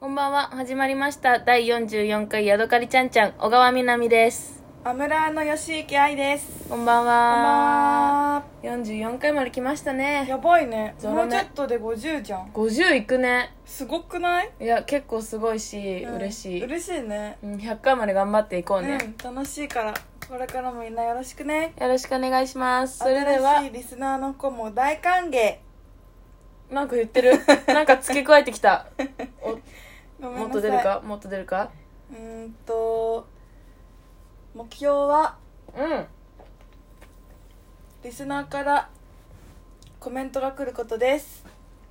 こんばんは、始まりました。第44回ヤドカリちゃんちゃん、小川みなみです。アムラーの吉池愛です。こんばんこんは。ばんは44回まで来ましたね。やばいね。ゾロも目うちょっとで50じゃん。 50いくね。すごくないいや、結構すごいし、うん嬉しい、嬉しいね。うん。100回まで頑張っていこううね。ん、楽しいから。これからもみんなよろしくね。よろしくお願いします。それでは新し、いリスナーの子も大歓迎。なんか言って る。なんか付け加えてきた。ごめんなさもい。っと出るかもっと出るかうーんと、目標は、うん。リスナーからコメントが来ることです。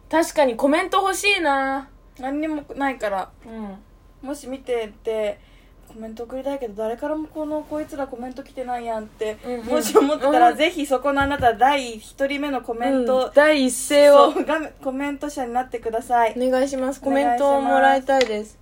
確かにコメント欲しいな何にもないから。うん。もし見ててコメント送りたいけど誰からもこのこいつらコメント来てないやんって、うんうんもし思ってたら、うんぜひそこのあなた第一人目のコメンうトん、第一声をそうがコメント者になってください、お願いしますコおメ願ンいしますトをもらいたいです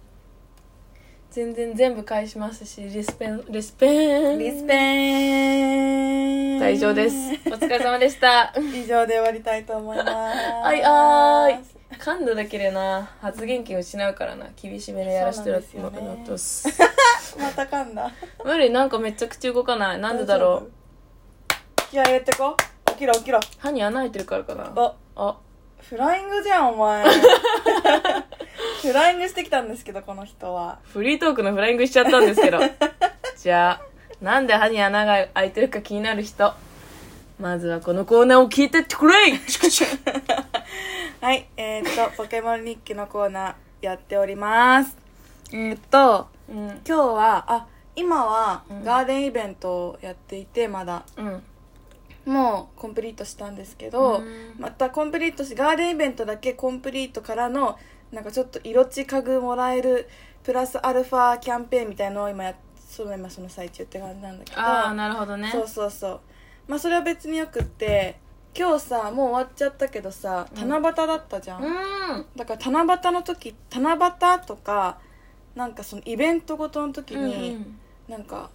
全然全部返しますしリスペンリスペンリスペン大丈夫ですお疲れ様でした以上で終わりたいと思いますはいあーい感度だけでな発言権失うからな厳しめでやらせてるそうなんですよねもらってますまた噛んだ無理なんかめっちゃ口動かないなんでだろう気合い入れてこ起きろ起きろ歯に穴開いてるからかなおあフライングじゃんお 前フライングしてきたんですけどこの人はフリートークのフライングしちゃったんですけどじゃあなんで歯に穴が開いてるか気になる人まずはこのコーナーを聞いてってくれいチクチクはい、えー、っと、ポ ケモン日記のコーナーやっております。えー、っと、うん今日は、あ、今はうんガーデンイベントをやっていて、まだ、うんもうコンプリートしたんですけど、うんまたコンプリートし、ガーデンイベントだけコンプリートからの、なんかちょっと色地家具もらえる、プラスアルファキャンペーンみたいのを今や、その今その最中って感じなんだけど、ああなるほどねそうそうそうまあそれは別によくって今日さもう終わっちゃったけどさうん七夕だったじゃん、うんだから七夕の時七夕とかなんかそのイベントごとの時うんに、なんか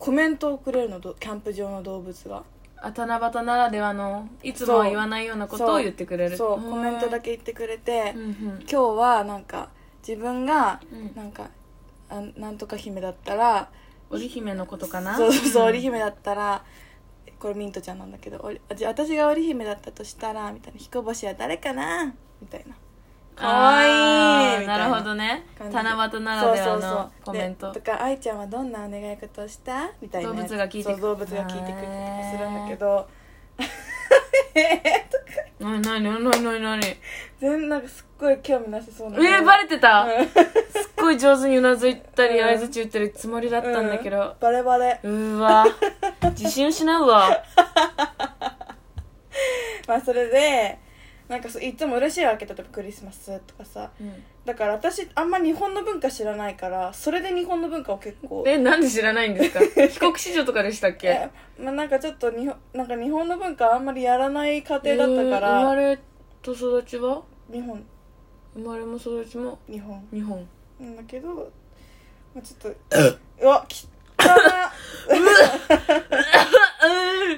コメントをくれるのどキャンプ場の動物があ七夕ならではのいつもは言わないようなことを言ってくれるそうコメントだけけ言ってくれて、うんうん今日はなんか自分がうんなんかあなんとか姫だったら織姫のことかなそうそうそう織姫だったらこれミントちゃんなんだけど織あじゃあ私が織姫だったとしたらみたいな彦星は誰かなみたいなかわあいいーみたいななるほどね感じで七夕ならではそうそうそうのコメントでとか愛ちゃんはどんなお願い事をしたみたいなやつ動物が聞いてくそるう動物が聞いてくるとかするんだけどなになになになになに全然なんかすっごい興味なさそうなえー、バレてた、うんすっごい上手にうなずいたりうん相づち打ってるつもりだったんだけど、バレバレうーわ自信失うわまあそれでなんかそういつも嬉しいわけ例えばクリスマスとかさだから私あんま日本の文化知らないからそれで日本の文化を結構えなんで知らないん ですか帰国子女とかでしたっけえまあ、なんかちょっと日本なんか日本の文化あんまりやらない家庭だったかえー生まら、れと育ちは日本生まれも育ちも日本日本なんだけど、まあ、ちょっ とうわきったな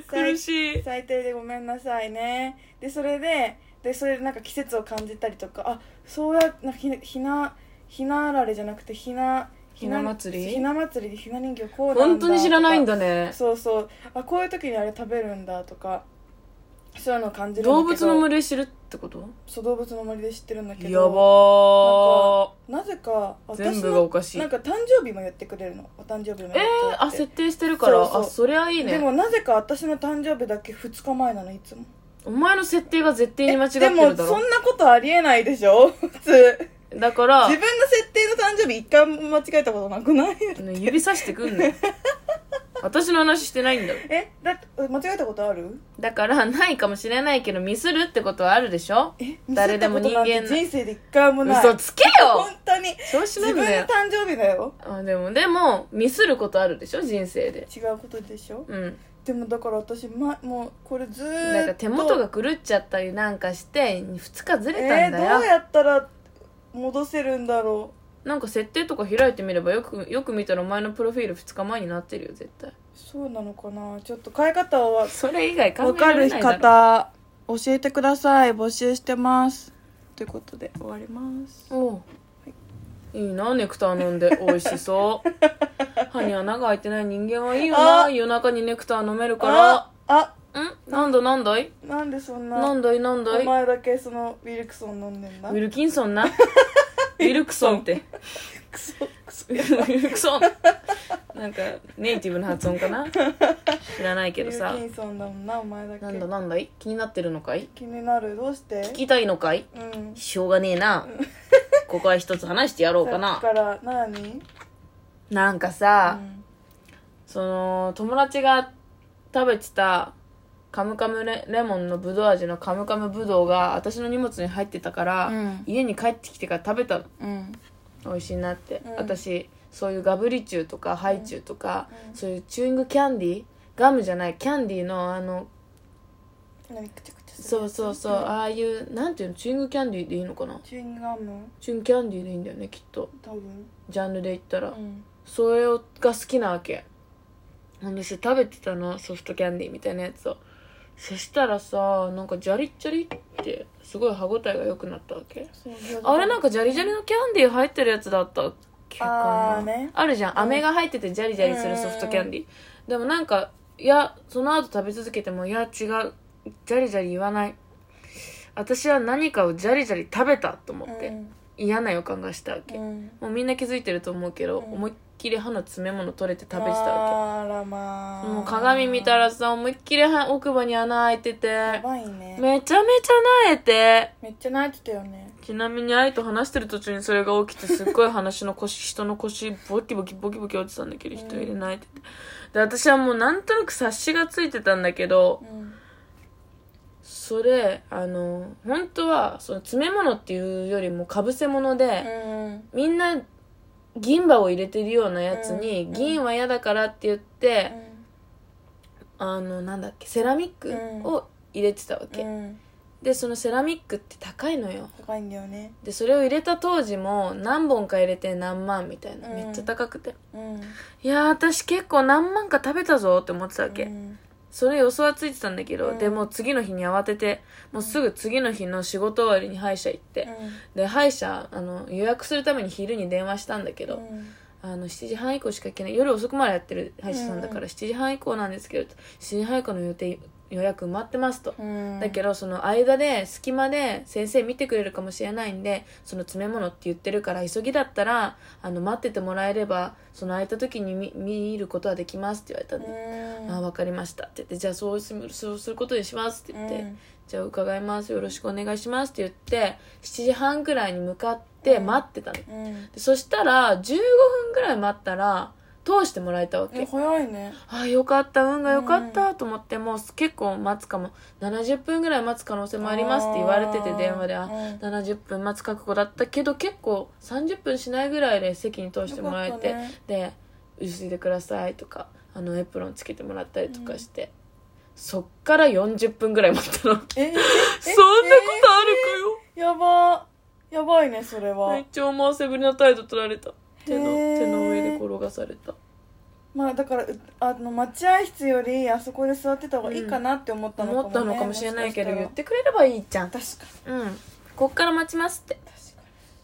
苦しい最低でごめんなさいねでそれででそれでなんか季節を感じたりとかあそうやなんかひなひなひなあられじゃなくてひなひな祭りひな祭りでひな人形こうなんだ本当に知らないんだだねそうそうあこういう時にあれ食べるんだとかそういうのを感じるんだけ動ど物の森知るってことそう動物の森で知ってるんだけどやばなぜかー私の全部がおかしいなんか誕生日も言ってくれるのお誕生日もえやってー、あ設定してるからそうそうあそりゃいいねでもなぜか私の誕生日だけ2日前なのいつもお前の設定が絶対に間違ってでるもだそろんなことありえないでしょ 普通だから自分の設定の誕生日一回も間違えたことなくない ね指さしてくんね私の話してないんだろえだって間違えたことあるだからないかもしれないけどミスるってことはあるでしょえ誰でも人間ミスったことなんて人生で一回もない嘘つけよ本当に調子な自ん分のだよ誕生日だよあでもでもミスることあるでしょ人生で違うことでしょうんでもだから私、ま、もうこれずーっとなんか手元が狂っちゃったりなんかして2日ずれたんだえー、どうよ、やったら戻せるんだろうなんか設定とか開いてみればよくよく見たらお前のプロフィール2日前になってるよ絶対そうなのかなちょっと変え方はそれ以外考分えかられるないだろ方教えてください募集してますということで終わりますおういいいなネクター飲んで美味しそう 歯に穴が開いてない人間はいいよあな夜中にネクター飲めるあかあらんなんだなんだいなんでそんななんだいなんだいお前だけそのウィルクソン飲んでんなウィルキンソン なウィルクソンってクソクソウィルクソンなんかネイティブの発音かな知らないけどウさィルキンソンだもんなお前だけなんだなんだい気になってるのかい気になるどうして聞きたいのかいうんしょうがねえなここは一つ話してやろうかさっなきから何なんかさ、うんその友達が食べてたカムカムレレモンのぶどう味のカムカムぶどうが私の荷物に入ってたから、うん家に帰ってきてから食べたのうん美味しいなって、うん私そういうガブリチューとかハイチューとか、うんそういうチューイングキャンディーガムじゃないキャンディーのあの何くちゃくちゃするそうそうそう、ああいうなんていうのチューイングキャンディーでいいのかなチューイングガムチューイングキャンディーでいいんだよねきっと多分ジャンルで言ったら、うんそれをが好きなわけなんでそれ食べてたのソフトキャンディーみたいなやつをそしたらさなんかジャリッジャリってすごい歯ごたえが良くなったわけそうあれなんかジャリジャリのキャンディー入ってるやつだったっけかなあーねあるじゃん飴が入っててジャリジャリするソフトキャンディーでもなんかいやその後食べ続けてもいや違うジャリジャリ言わない私は何かをジャリジャリ食べたと思って、うん嫌な予感がしたわけ、うんもうみんな気づいてると思うけど、うん思いっきり歯の詰め物取れて食べてたわあらまけあもう鏡見たらさ思いっきり歯奥歯に穴開いててやばいねめめちゃめちゃなえてっちゃ泣いてたよねちなみに愛と話してる途中にそれが起きてすっごい話の腰人の腰ボキボキボキボキ落ちたんだけど一人で泣いててで私はもうなんとなく察しがついてたんだけどうんそれあの本当はその詰め物っていうよりもかぶせ物で、うんみんな銀歯を入れてるようなやつに、うん銀は嫌だからって言って、あのなんだっけセラミックうんを入れてたわけ、うんでそのセラミックって高いのよ高いんだよねでそれを入れた当時も何本か入れて何万みたいなうんめっちゃ高くて、うんいやー私結構何万か食べたぞって思ってたわけ、うんそれ予想はついてたんだけど、うんでもう次の日に慌ててもうすぐ次の日の仕事終わりに歯医者行って、で歯医者あの予約するために昼に電話したんだけうど、んあの7時半以降しか行けない夜遅くまでやってる歯医者さんだかうんら7時半以降なんですけど7時半以降の予定予約埋まってますと、うんだけどその間で隙間で先生見てくれるかもしれないんでその詰め物って言ってるから急ぎだったらあの待っててもらえればその空いた時に見見ることはできますって言われたんうで、んああ分かりましたって言ってじゃあそうするそうすることにしますって言って、うんじゃあ伺いますよろしくお願いしますって言って7時半くらいに向かって待ってたの、うんでそしたら15分ぐらい待ったら通してもらえたわえけ早いねああよかった運がよかったと思って、もう結構待つかも70分ぐらい待つ可能性もありますって言われててあー電話であうん70分待つ覚悟だったけど結構30分しないぐらいで席に通してもらえて、よかったで「薄いでください」とかあのエプロンつけてもらったりとかして、そっから40分ぐらい待ったのそんなこえええとあるかよえやばやばいねそれはめっちゃ思わせぶりな態度取られた手のへー手の上で転がされたまあだからうあの待合室よりあそこで座ってた方がいいかなって思ったのかもね思ったのかもしれないけどもし言かってくれればいいじゃんうんしたら確かこっから待ちますってに確かに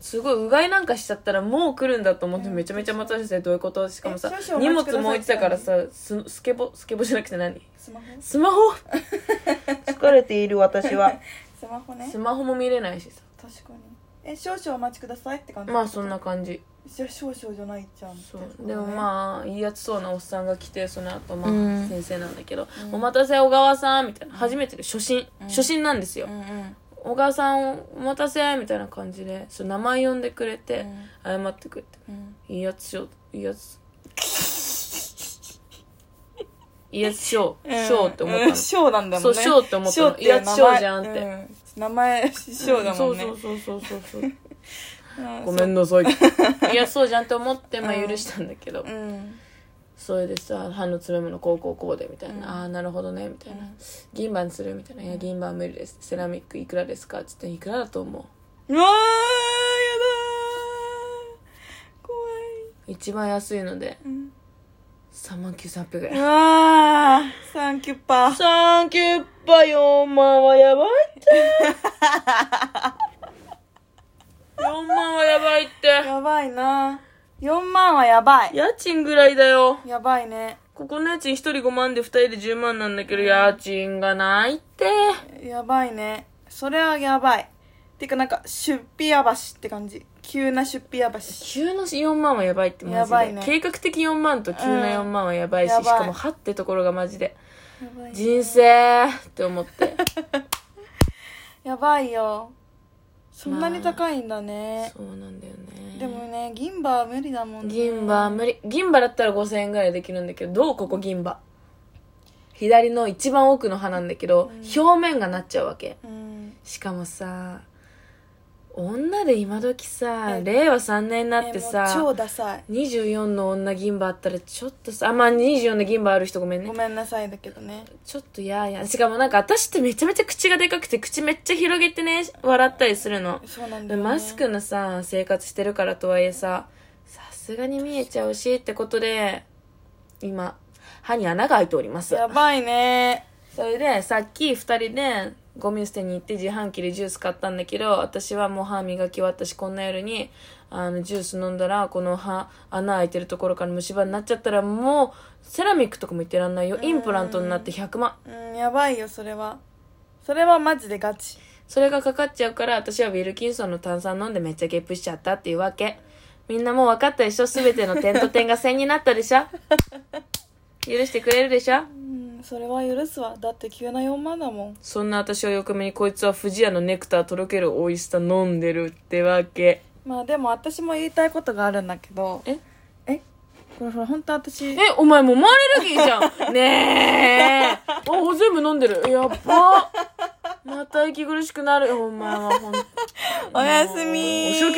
すごいうがいなんかしちゃったらもう来るんだと思ってめちゃめちゃ待たせてどういうことしかもさえ少々お荷待物ちくださいも置いてたからさススケボスケボじゃなくて何スマホス マホ疲れている私はスマホね スマホも見れないしさ確かにえ少々お待ちくださいって感じまあそんな感じじゃあ少々じゃないじゃんそってことうねでもまあいいやつそうなおっさんが来てその後まうんあ先生なんだけどう「んお待たせ小川さん」みたいな初めてで初心うん初心なんですようんうん小川さんをお待たせみたいな感じでそう名前呼んでくれて、謝ってくれてうんいいやつしよういいや ついいやつしようしようって思ったの、うんショーなんだもそんねうショーって思ったのショーいう名いや前ショーじゃんってうん名前ショーだもんねそうそうそうそう そううんごめんなさいいやそうじゃんって思って、まあ、許したんだけど、そううんそれでさ歯の詰め物こうこうこうでみたいな、うんああなるほどねみたいな、うん銀歯にするみたいな「いや銀歯は無理ですセラミックいくらですか?」っつって「いくらだと思う?」うわーやだー怖一番安いのでいうん3万9800円うわーサンキュッパーサンキュッパ4万はやばいって。4 4万はやばいってやばいな4万はやばい家賃ぐらいだよやばいねここの家賃1人5万で2人で10万なんだけど家賃がないってやばいねそれはやばいてかなんか出費やばしって感じ急な出費やばし急な4万はやばいってマジでやばいね計画的4万と急な4万はやばいし、うんやばいしかもはってところがマジでやばい人生って思ってやばいよそんなに高いんだね、そうなんだよねでもね銀歯は無理だもんね銀歯は無理銀歯だったら5000円ぐらいできるんだけどどうここ銀歯左の一番奥の歯なんだけど、表面がなっちゃうわけうんしかもさ女で今時さえ令和3年になってえもう超さダサい24の女銀歯あったらちょっとさあまあ24の銀歯ある人ごめんねごめんなさいだけどねちょっとやーやしかもなんか私ってめちゃめちゃ口がでかくて口めっちゃ広げてね笑ったりするのそうなんだでよ、ね、マスクのさ生活してるからとはいえささすがに見えちゃうしってことで今歯に穴が開いておりますやばいねそれでさっき2人でゴミ捨てに行って自販機でジュース買ったんだけど私はもう歯磨き終わったしこんな夜にあのジュース飲んだらこの歯穴開いてるところから虫歯になっちゃったらもうセラミックとかも言ってらんないよインプラントになって100万うんやばいよそれはそれはマジでガチそれがかかっちゃうから私はウィルキンソンの炭酸飲んでめっちゃゲップしちゃったっていうわけみんなもう分かったでしょ全ての点と点が線になったでしょ 許してくれるでしょうんそれは許すわだって急な4万だもんそんな私を横目にこいつは不二家のネクターとろけるオイスター飲んでるってわけまあでも私も言いたいことがあるんだけどええこれほら本当私えお前もうマアレルギーじゃん ねえあ全部飲んでるやっばまた息苦しくなるよお前はほん おやすみお仕置き